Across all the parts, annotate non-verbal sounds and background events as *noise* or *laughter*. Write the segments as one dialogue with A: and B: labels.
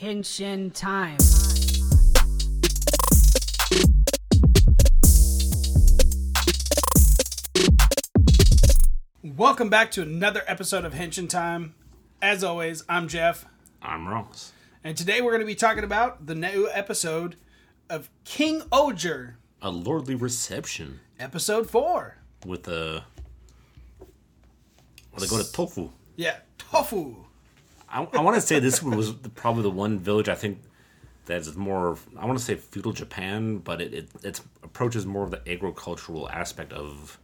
A: Intervention time.
B: Welcome back to another episode of Henshin Time. As always, I'm Jeff,
C: I'm Ross.
B: and today we're going to be talking about the new episode of King Oger,
C: A lordly reception
B: episode 4.
C: with a. Well, they go to Tofu.
B: Yeah, tofu.
C: I, I want to say this one was the- probably the one village I think that's more. of- I want to say feudal Japan, but it, it it's, approaches more of the agricultural aspect of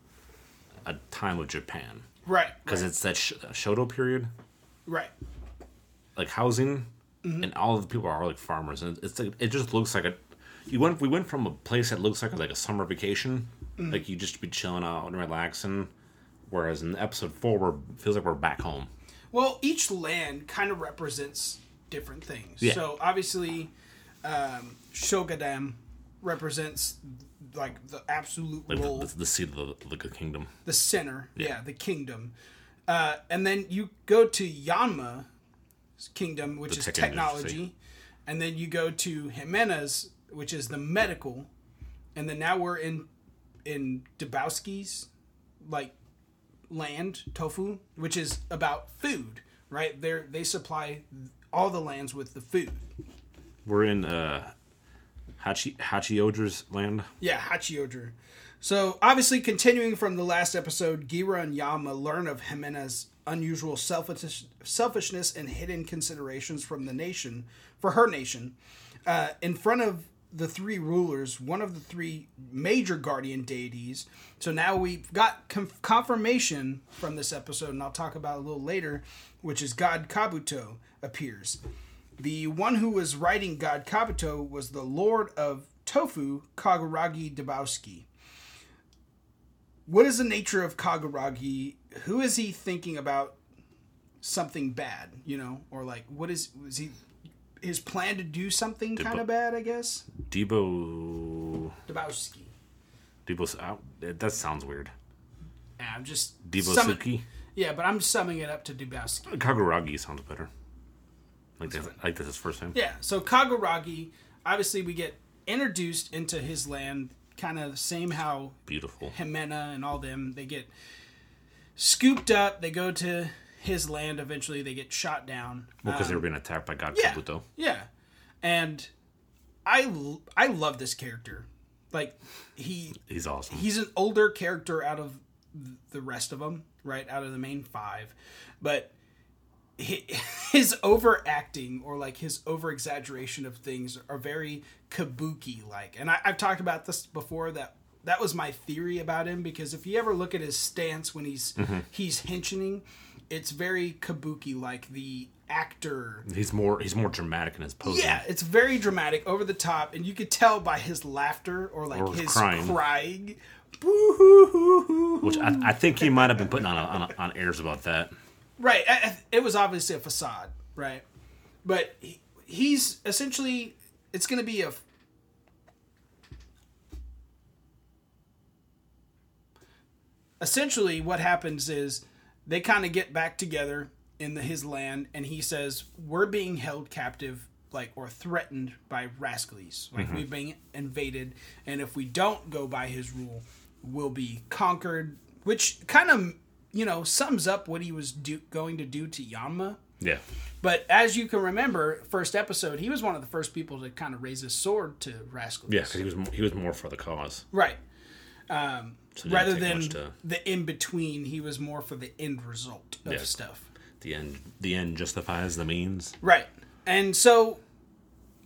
C: a time of Japan
B: Right.
C: because it's that sh- Shoto period,
B: Right.
C: like housing,
B: Mm-hmm.
C: and all of the people are like farmers, and it's like it just looks like a. You went. We went from a place that looks like like a summer vacation,
B: Mm-hmm.
C: like you just be chilling out and relaxing, whereas in episode four, we're feels like we're back home.
B: Well, each land kind of represents different things.
C: Yeah.
B: So obviously, um, Shogadam represents like the absolute
C: Like
B: role,
C: the, the, the seat of the, the kingdom.
B: the center, yeah, the kingdom. Uh, and then you go to Yanma's kingdom, which is
C: tech
B: technology,
C: industry.
B: and then you go to Jimenez, which is the medical, and then now we're in in Dabowski's like land tofu, which is about food, right? They are they supply all the lands with the food.
C: We're in uh, Hachi Hachioger's land.
B: Yeah, Hachioger. So obviously, continuing from the last episode, Gira and Yama learn of Jimena's unusual selfish, selfishness and hidden considerations from the nation for her nation. Uh, in front of the three rulers, one of the three major guardian deities. So now we've got com- confirmation from this episode, and I'll talk about it a little later, which is God Kabuto appears. The one who was writing God Kabuto was the Lord of Tofu, Kaguragi Dabowski. What is the nature of Kaguragi? Who is he thinking about something bad, you know? Or like what is was he his plan to do something kind of bad, I guess?
C: Debo.
B: Dabowski.
C: Debo's out. That that sounds weird.
B: Yeah, I'm just
C: Debo
B: summing-
C: Suki.
B: Yeah, but I'm summing it up to Dabowski.
C: Kaguragi sounds better. Like that's like that's his first name.
B: Yeah, so Kaguragi, obviously we get introduced into his land kind of same how
C: Beautiful.
B: Jimena and all them, they get scooped up. They go to his land. Eventually, they get shot down.
C: because they were being attacked by God
B: um, yeah,
C: Kabuto.
B: yeah. And I l- I love this character. Like he
C: He's awesome.
B: he's an older character out of th- the rest of them, right? Out of the main five, but hi- *laughs* his overacting or like his over exaggeration of things are very kabuki like. And I, I've talked about this before that that was my theory about him because if you ever look at his stance when he's
C: Mm-hmm.
B: he's henching, it's very kabuki like the actor
C: he's more he's more dramatic in his posing.
B: yeah, it's very dramatic, over the top, and you could tell by his laughter or like
C: Or
B: his crying.
C: crying.
B: Boo-hoo-hoo-hoo.
C: Which I, I think he might have been putting on on, on airs about that.
B: Right, I- I- it was obviously a facade, right? But he, he's essentially it's going to be a Essentially what happens is they kind of get back together in the, his land and he says we're being held captive like or threatened by rascals
C: Mm-hmm.
B: like we've been invaded and if we don't go by his rule we'll be conquered which kind of you know sums up what he was do- going to do to Yama
C: Yeah.
B: but as you can remember first episode he was one of the first people to kind of raise his sword to rascals
C: Yeah, 'cause he was mo- he was more for the cause.
B: right
C: So it didn't
B: rather
C: take
B: than
C: much to-
B: the in between he was more for the end result of
C: Yeah.
B: stuff
C: the end the end justifies the means.
B: Right. And so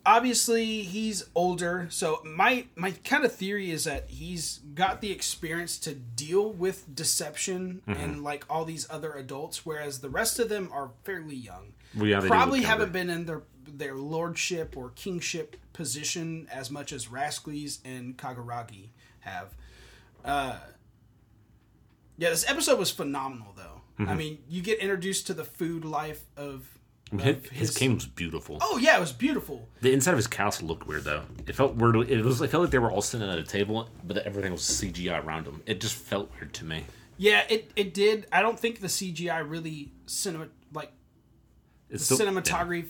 B: obviously he's older. So my my kind of theory is that he's got the experience to deal with deception and like all these other adults whereas the rest of them are fairly young.
C: Well, yeah, they do
B: Probably
C: look
B: haven't been in their their lordship or kingship position as much as Rascalese and Kaguragi have. Uh yeah, this episode was phenomenal, though. I mean, you get introduced to the food life of, of
C: His, his kingdom's beautiful.
B: Oh yeah, it was beautiful.
C: The inside of his castle looked weird though. It felt weird. It was. It felt like they were all sitting at a table, but everything was CGI around them. It just felt weird to me.
B: Yeah, it, it did. I don't think the CGI really cinema like
C: It's
B: cinematography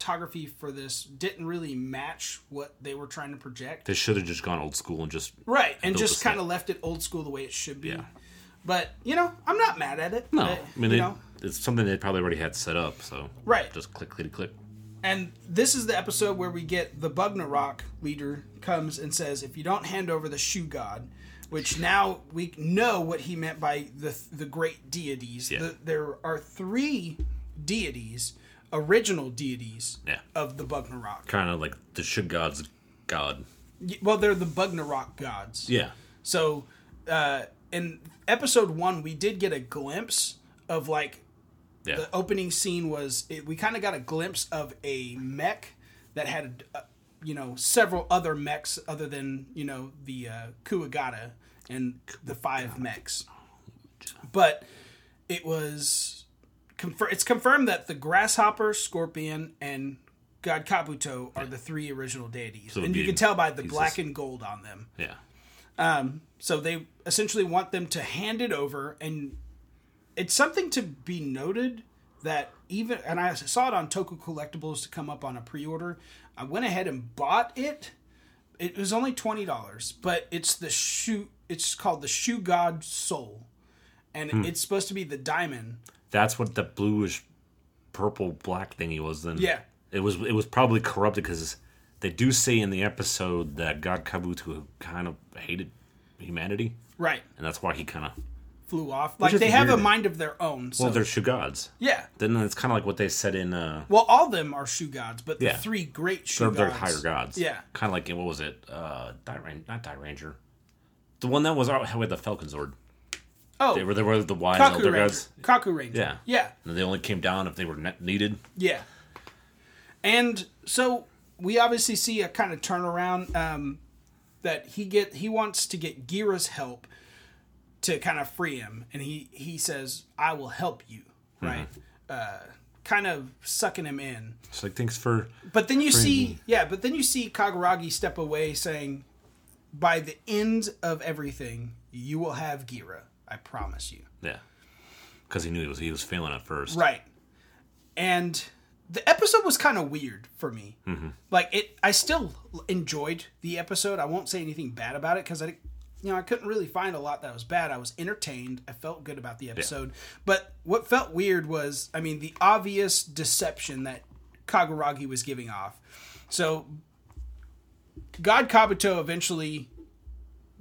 B: cinematography for this didn't really match what they were trying to project.
C: They should have just gone old school and just
B: Right, and
C: built
B: just
C: the
B: kind of left it old school the way it should be.
C: Yeah.
B: But you know, I'm not mad at it.
C: no.
B: Uh,
C: I
B: you
C: mean, they,
B: know,
C: it's something they probably already had set up. So
B: Right.
C: just click, click, click.
B: and this is the episode where we get the Bugnarok leader comes and says, "If you don't hand over the Shoe God." Which now we know what he meant by the the great deities.
C: Yeah.
B: The, there are three deities, original deities
C: Yeah.
B: of the Bugnarok.
C: Kind of like the should god's god.
B: Y- Well, they're the Bugnarok gods.
C: Yeah.
B: So, uh, in episode one, we did get a glimpse of like
C: Yeah.
B: the opening scene was it, we kind of got a glimpse of a mech that had, uh, you know, several other mechs other than you know the uh, Kuagata and the five mechs, but it was confir- It's confirmed that the grasshopper, scorpion, and God Kabuto are the three original deities,
C: it'd
B: and you
C: be-
B: can tell by the
C: he's
B: black
C: just-
B: and gold on them.
C: yeah.
B: So they essentially want them to hand it over, and it's something to be noted that even and I saw it on Toku Collectibles to come up on a pre-order. I went ahead and bought it. It was only twenty dollars, but it's the shoe. It's called the Shoe God Soul, and
C: Hmm.
B: it's supposed to be the diamond.
C: That's what the bluish purple black thingy was then.
B: Yeah.
C: It was it was probably corrupted because they do say in the episode that God Kabuto kind of hated humanity,
B: Right,
C: and that's why he kind of
B: flew off. Like
C: is
B: they have a
C: weird.
B: mind of their own. So
C: well, they're should gods.
B: yeah.
C: Then it's kind of like what they said in uh,
B: Well, all of them are shoe gods, but the
C: Yeah.
B: three great shoe
C: they're,
B: gods.
C: they're higher gods.
B: Yeah.
C: kind of like in what was it? Uh, Die Ran- not Die Ranger, the one that was out had the Falcon Sword.
B: Oh,
C: They were they were the wise
B: Kaku
C: elder
B: Ranger.
C: gods.
B: Kaku Ranger.
C: Yeah.
B: Yeah.
C: And they only came down if they were ne- needed.
B: Yeah. And so we obviously see a kind of turnaround um, that he get he wants to get Gira's help to kind of free him, and he he says, "I will help you," right? Uh, kind of sucking him in.
C: So like, thanks for
B: But then you see, yeah, but then you see Kaguragi step away, saying, "By the end of everything, you will have Gira. I promise you."
C: yeah, because he knew he was he was failing at first.
B: Right. And the episode was kind of weird for me. Like it, I still enjoyed the episode. I won't say anything bad about it because I, you know, I couldn't really find a lot that was bad. I was entertained. I felt good about the episode. But what felt weird was, I mean, the obvious deception that Kaguragi was giving off. So, God Kabuto eventually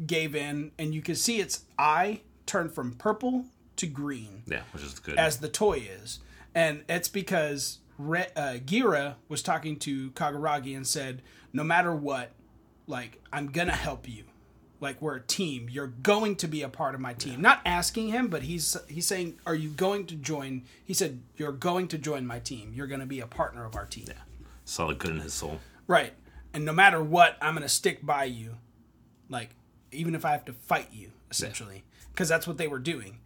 B: gave in, and you can see its eye turn from purple to green
C: Yeah, which is good.
B: as the toy is, and it's because Re- uh, Gira was talking to Kaguragi and said, "No matter what, like I'm gonna help you. Like we're a team. You're going to be a part of my team." Not asking him, but he's he's saying, "Are you going to join?" He said, "You're going to join my team. You're gonna be a partner of our team."
C: saw the good in his soul.
B: Right. And no matter what, I'm going to stick by you. Like, even if I have to fight you, essentially. Because that's what they were doing.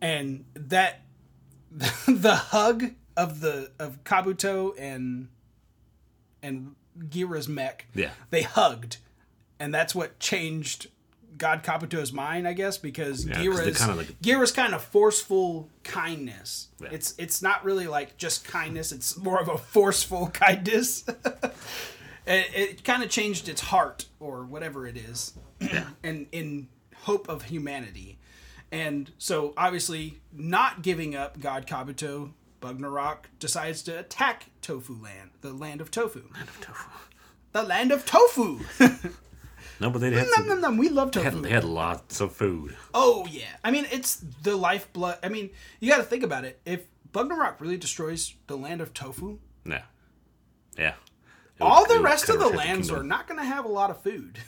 B: And that, *laughs* the hug of the, of Kabuto and, and Gira's mech,
C: Yeah.
B: they hugged. And that's what changed God Kabuto's mind, I guess, because
C: 'cause they
B: Gira's,
C: kinda like-
B: Gira's kind of forceful kindness.
C: Yeah.
B: It's, it's not really like just kindness. It's more of a forceful *laughs* kindness. it, it kind of changed its heart or whatever it is *clears throat* and in hope of humanity and so obviously not giving up god kabuto bugnarok decides to attack tofu land the land of tofu the land of tofu
C: No, but they had,
B: Nom,
C: some,
B: nom, nom, we love
C: had
B: tofu
C: they had lots of food.
B: oh yeah i mean it's the lifeblood i mean you got to think about it if bugnarok really destroys the land of tofu
C: Yeah, yeah. It
B: all
C: would- it
B: the
C: would
B: rest of
C: cover
B: the
C: half
B: lands
C: Oh, kingdom.
B: are not going to have a lot of food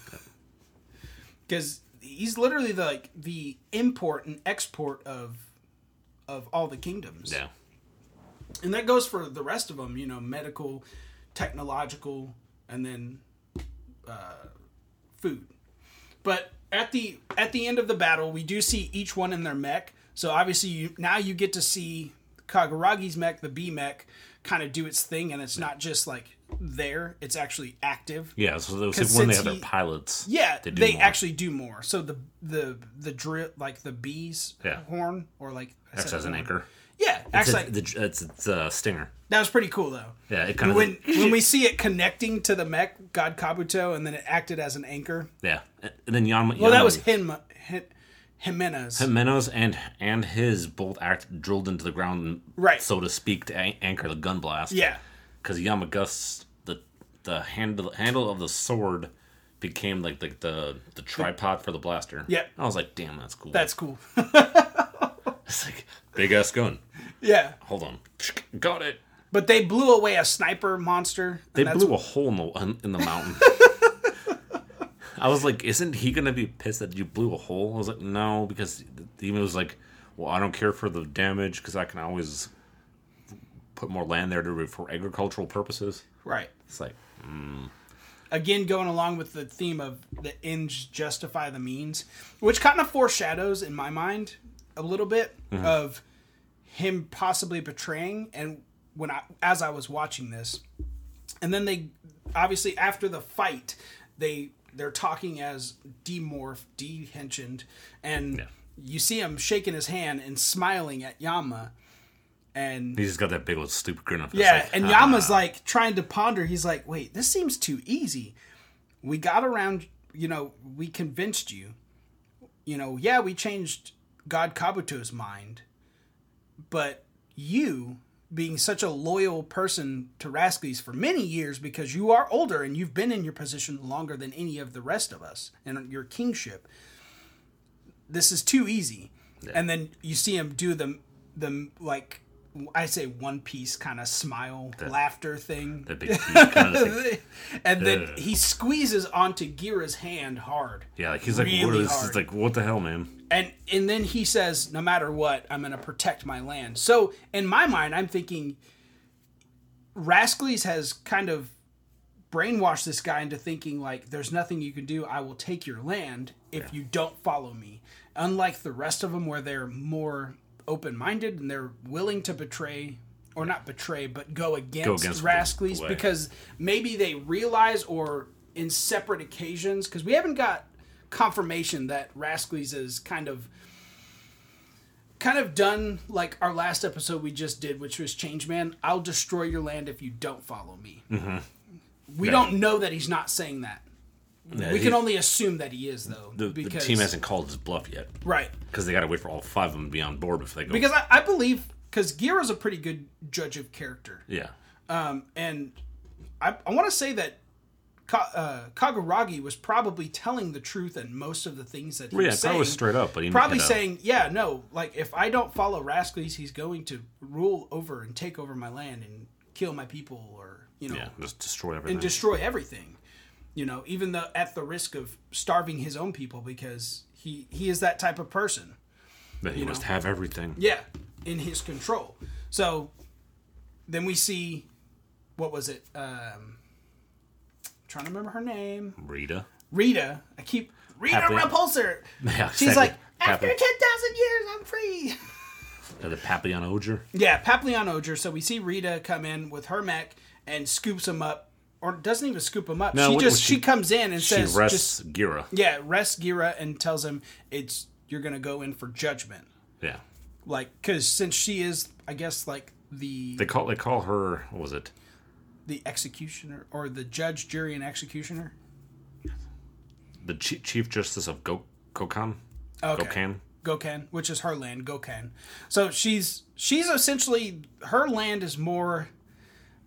B: *laughs* because he's literally the, like the import and export of of all the kingdoms
C: Yeah,
B: and that goes for the rest of them you know medical technological and then uh, food but at the at the end of the battle we do see each one in their mech so obviously you, now you get to see kaguragi's mech the b mech kind of do its thing and it's not just like there. It's actually active.
C: Yeah, so those
B: 'Cause
C: when they
B: since
C: have their
B: he-
C: pilots.
B: Yeah,
C: They
B: they,
C: do more.
B: actually do more. So the the the drill like the bees
C: Yeah.
B: horn or like I
C: acts
B: said
C: as an
B: horn.
C: anchor.
B: Yeah,
C: It's,
B: acts
C: a,
B: like
C: the, it's, it's a stinger.
B: that was pretty cool though.
C: Yeah, it kind of
B: When when we see it connecting to the mech, God Kabuto, and then it acted as an anchor.
C: yeah, and then Yama.
B: Well, that was him, Hi- Jimenez.
C: Menos and and his bolt act drilled into the ground,
B: Right.
C: so to speak, to an- anchor the gun blast.
B: yeah,
C: because Yamagus the the handle handle of the sword became like the the, the tripod for the blaster.
B: Yeah.
C: I was like, damn, that's cool.
B: that's cool. *laughs*
C: it's like big ass gun.
B: yeah,
C: Hold on, *laughs* got it.
B: but they blew away a sniper monster.
C: They
B: and that's
C: blew a hole in the in the mountain.
B: *laughs*
C: I was like, isn't he gonna be pissed that you blew a hole? I was like, no, because even was like, well, I don't care for the damage because I can always put more land there to for agricultural purposes.
B: right.
C: It's like,
B: again going along with the theme of the ends justify the means, which kind of foreshadows in my mind a little bit of him possibly betraying and when I as I was watching this. And then they obviously after the fight, they they're talking as demorph, dehensioned, and you see him shaking his hand and smiling at Yama and
C: he's just got that big old stupid grin on his
B: yeah,
C: face. like,
B: and
C: "Ah."
B: Yama's like trying to ponder. He's like, "Wait, this seems too easy. We got around, you know, we convinced you. You know, yeah, we changed God Kabuto's mind, but you being such a loyal person to Rascally's for many years because you are older and you've been in your position longer than any of the rest of us and your kingship. This is too easy." And then you see him do the the like I say one piece kind of smile laughter thing.
C: that big teeth kind of thing.
B: *laughs* and then
C: Ugh.
B: he squeezes onto Gira's hand hard.
C: Yeah, like he's like, what
B: Really
C: is
B: hard.
C: He's like, what the hell, man?
B: And and then he says, No matter what, I'm gonna protect my land. So in my mind I'm thinking Rascally's has kind of brainwashed this guy into thinking like there's nothing you can do i will take your land if you don't follow me unlike the rest of them where they're more open-minded and they're willing to betray or not betray but go against,
C: against the-
B: rascally's
C: the way.
B: because maybe they realize or in separate occasions because we haven't got confirmation that rascally's is kind of kind of done like our last episode we just did which was change man i'll destroy your land if you don't follow me we
C: Mm-hmm. Yeah.
B: don't know that he's not saying that.
C: Yeah,
B: We
C: he-
B: can only assume that he is, though.
C: the, the team hasn't called his bluff yet
B: right
C: because they got to wait for all five of them to be on board before they go.
B: because I, I believe because Gira's a pretty good judge of character,
C: yeah,
B: um, and I, I want to say that Ka, uh, Kaguragi was probably telling the truth in most of the things that he
C: yeah,
B: was saying.
C: probably straight up, but he
B: probably
C: you know,
B: saying, "Yeah, no, like if I don't follow Rascally's, he's going to rule over and take over my land and kill my people, or you know,
C: yeah, just destroy everything.
B: destroy everything. You know, even though at the risk of starving his own people because he he is that type of person.
C: But he must have everything.
B: Yeah, in his control. So then we see what was it? Um trying to remember her name.
C: Rita.
B: Rita. I keep Rita
C: Papley. *laughs*
B: Repulsor.
C: Yeah,
B: She's
C: exactly.
B: like after
C: Papli-
B: 10,000 years, I'm free. *laughs*
C: uh, the Papillon Oger.
B: Yeah, Papillon Oger. So we see Rita come in with her mech and scoops him up, or doesn't even scoop him up.
C: No,
B: she
C: what-
B: just
C: she-
B: she, comes in and
C: She
B: says, just,
C: rests Gira.
B: yeah, rest Gira and tells him it's you're gonna go in for judgment,
C: Yeah,
B: like because since she is, I guess like the
C: they call they call her what was it?
B: the executioner or the judge, jury, and executioner.
C: The Chi Chief Justice of Go Kokan.
B: Okay.
C: Kokan.
B: Gokan, which is her land, Gokan. So she's she's essentially her land is more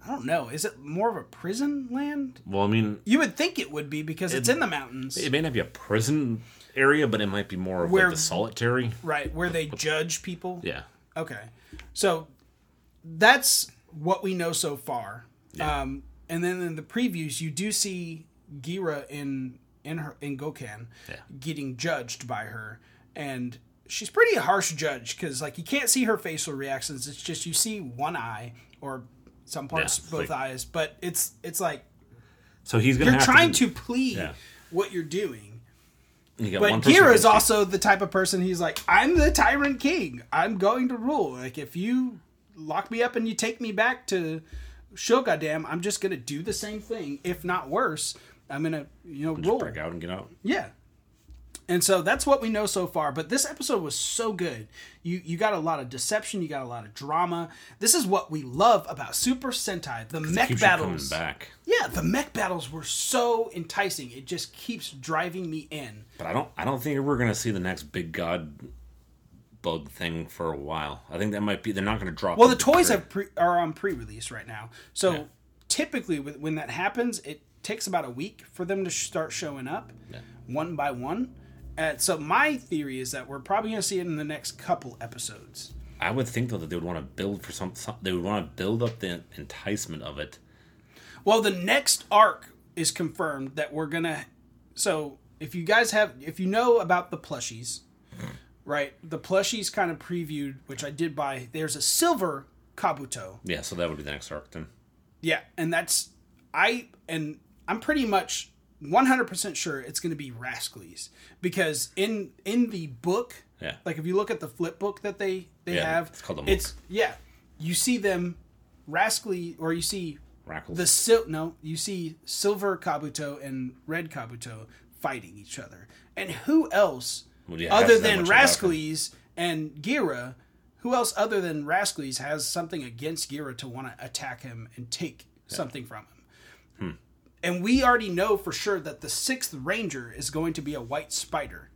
B: I don't know, is it more of a prison land?
C: Well, I mean,
B: You would think it would be because it's in the mountains.
C: it may not be a prison area, but it might be more of
B: Where-
C: like the solitary.
B: Right, where they judge people.
C: Yeah,
B: Okay. So that's what we know so far. Um, and then in the previews, you do see Gira in in her in Gokan
C: Yeah.
B: getting judged by her, and she's pretty a harsh judge because like you can't see her facial reactions. It's just you see one eye or some parts
C: it's
B: both
C: like-
B: eyes, but it's it's like
C: so he's gonna
B: you're
C: have
B: trying
C: to.
B: to plead
C: Yeah.
B: what you're doing.
C: You got one
B: But
C: person
B: Gira is
C: against you.
B: also the type of person he's like, I'm the tyrant king. I'm going to rule. Like if you lock me up and you take me back to show goddamn, I'm just gonna do the same thing, if not worse. I'm gonna you know
C: Just
B: roll.
C: break out and get out.
B: Yeah. And so that's what we know so far. But this episode was so good. You you got a lot of deception. You got a lot of drama. This is what we love about Super Sentai. The mech
C: Keeps you coming
B: battles.
C: back.
B: Yeah, the mech battles were so enticing. It just keeps driving me in.
C: But I don't I don't think we're gonna see the next big god bug thing for a while. I think that might be they're not gonna drop.
B: Well, the toys
C: have.
B: have pre- are on pre-release right now. So typically, with, when that happens, it takes about a week for them to sh- start showing up, one by one. Uh, so my theory is that we're probably going to see it in the next couple episodes.
C: I would think though that they would want to build for some, some they would want to build up the enticement of it.
B: Well, the next arc is confirmed that we're gonna. So if you guys have, if you know about the plushies, right? The plushies kind of previewed, which I did buy. There's a silver Kabuto.
C: Yeah, so that would be the next arc then.
B: Yeah, and that's I and I'm pretty much 100% sure it's going to be Rascally's because in in the book,
C: Yeah.
B: like if you look at the flip book that they they
C: Yeah,
B: have,
C: it's called a
B: yeah, you see them Rascally or you see
C: Rackles.
B: the sil no, you see silver Kabuto and red Kabuto fighting each other. And who else
C: Well, yeah,
B: other
C: that's not
B: than
C: much about them.
B: Rascally's and Gira, who else other than Rascally's has something against Gira to want to attack him and take something from him?
C: Hmm.
B: And we already know for sure that the sixth ranger is going to be a white spider.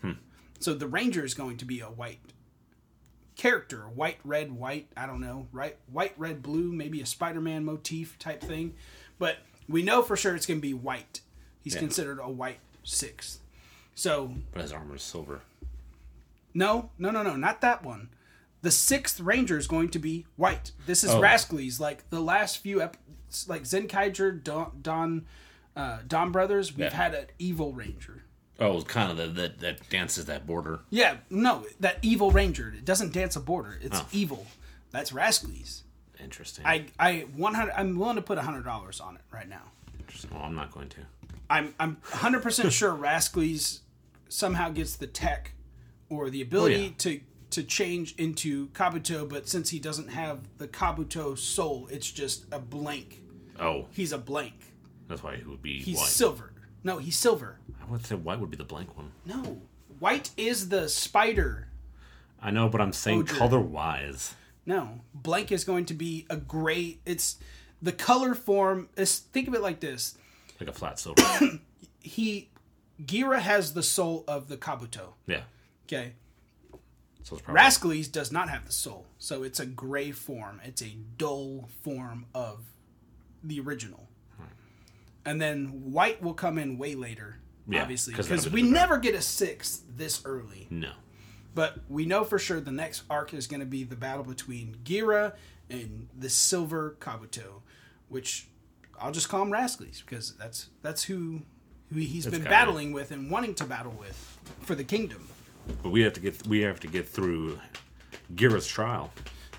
C: Hmm.
B: So the ranger is going to be a white character, white, red, white, I don't know, right? White, red, blue, maybe a Spider-Man motif type thing. But we know for sure it's going to be white. He's considered a white sixth. So
C: but his armor is silver.
B: no, no, no, no, not that one. The sixth ranger is going to be white. This is
C: Oh.
B: Rascally's. Like the last few, ep- like Zenkaiger, Don, Don, uh, Don Brothers, we've
C: Yeah.
B: had an evil ranger.
C: Oh, it was kind of the, that that dances that border.
B: Yeah, no, that evil ranger. It doesn't dance a border. It's
C: Oh.
B: evil. That's Rascally's.
C: Interesting.
B: I, I, one hundred. I'm willing to put hundred dollars on it right now.
C: Interesting. Well, I'm not going to.
B: I'm, I'm hundred percent sure Rascally's somehow gets the tech or the ability
C: yeah.
B: to to change into Kabuto, but since he doesn't have the Kabuto soul, it's just a blank.
C: Oh,
B: He's a blank.
C: that's why it would be
B: He's
C: white.
B: silver. No, he's silver.
C: I would say white would be the blank one.
B: No, white is the spider.
C: I know, but I'm saying
B: dear.
C: color wise.
B: No, blank is going to be a gray. It's the color form. Is think of it like this.
C: Like a flat silver. *coughs*
B: He Gira has the soul of the Kabuto.
C: yeah.
B: Okay.
C: So it's probably
B: Rascally's does not have the soul, so it's a gray form. It's a dull form of the original.
C: Hmm.
B: And then white will come in way later,
C: Yeah,
B: obviously,
C: 'cause that'll
B: because
C: be
B: we
C: the-
B: never get a sixth this early.
C: no.
B: But we know for sure the next arc is going to be the battle between Gira and the Silver Kabuto, which I'll just call him Rascally's because that's that's who who he's been
C: gotta be.
B: battling with and wanting to battle with for the kingdom.
C: But we have to get we have to get through Gira's trial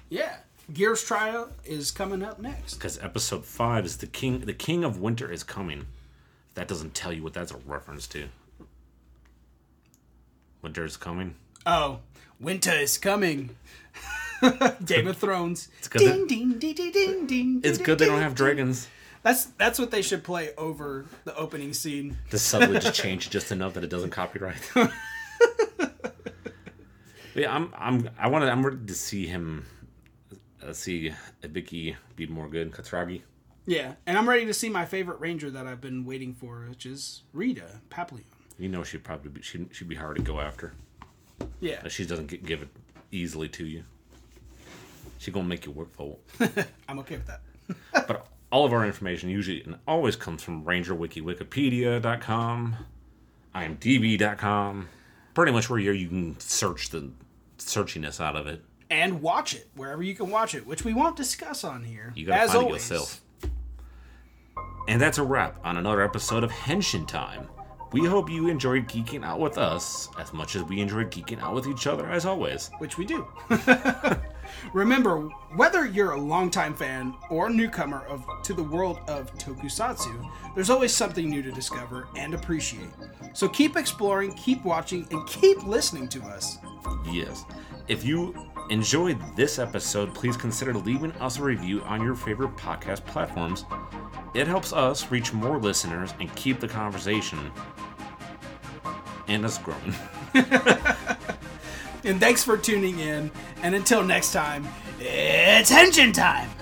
B: Yeah. Gears Trial is coming up next.
C: because episode five is the king. The king of winter is coming. If that doesn't tell you what that's a reference to. Winter's coming.
B: Oh, winter is coming. *laughs* Game of Thrones. It's
C: good
B: Ding, ding, ding, ding, ding, ding.
C: It's
B: ding,
C: good they don't
B: ding.
C: have dragons.
B: That's that's what they should play over the opening scene.
C: The sub would just change just enough that it doesn't copyright. *laughs* yeah, I'm. I'm. I want to. I'm ready to see him. Uh, see Ibiki be more good. Katsuragi.
B: Yeah, and I'm ready to see my favorite ranger that I've been waiting for, which is Rita Papillon.
C: You know she'd probably be, she she'd be hard to go after.
B: Yeah,
C: But she doesn't get, give it easily to you. She gonna make you work for it.
B: I'm okay with that.
C: but all of our information usually and always comes from rangerwikiwikipedia.com imdb.com pretty much where you're, you can search the searchiness out of it
B: And watch it wherever you can watch it, which we won't discuss on here.
C: you gotta
B: as
C: find
B: always.
C: it yourself and that's a wrap on another episode of henshin time we hope you enjoyed geeking out with us as much as we enjoyed geeking out with each other as always
B: Which we do. *laughs* Remember, whether you're a longtime fan or newcomer of to the world of tokusatsu, there's always something new to discover and appreciate. So keep exploring, keep watching, and keep listening to us.
C: Yes. If you enjoyed this episode, please consider leaving us a review on your favorite podcast platforms. It helps us reach more listeners and keep the conversation and us growing. *laughs*
B: And thanks for tuning in. And until next time, it's engine time.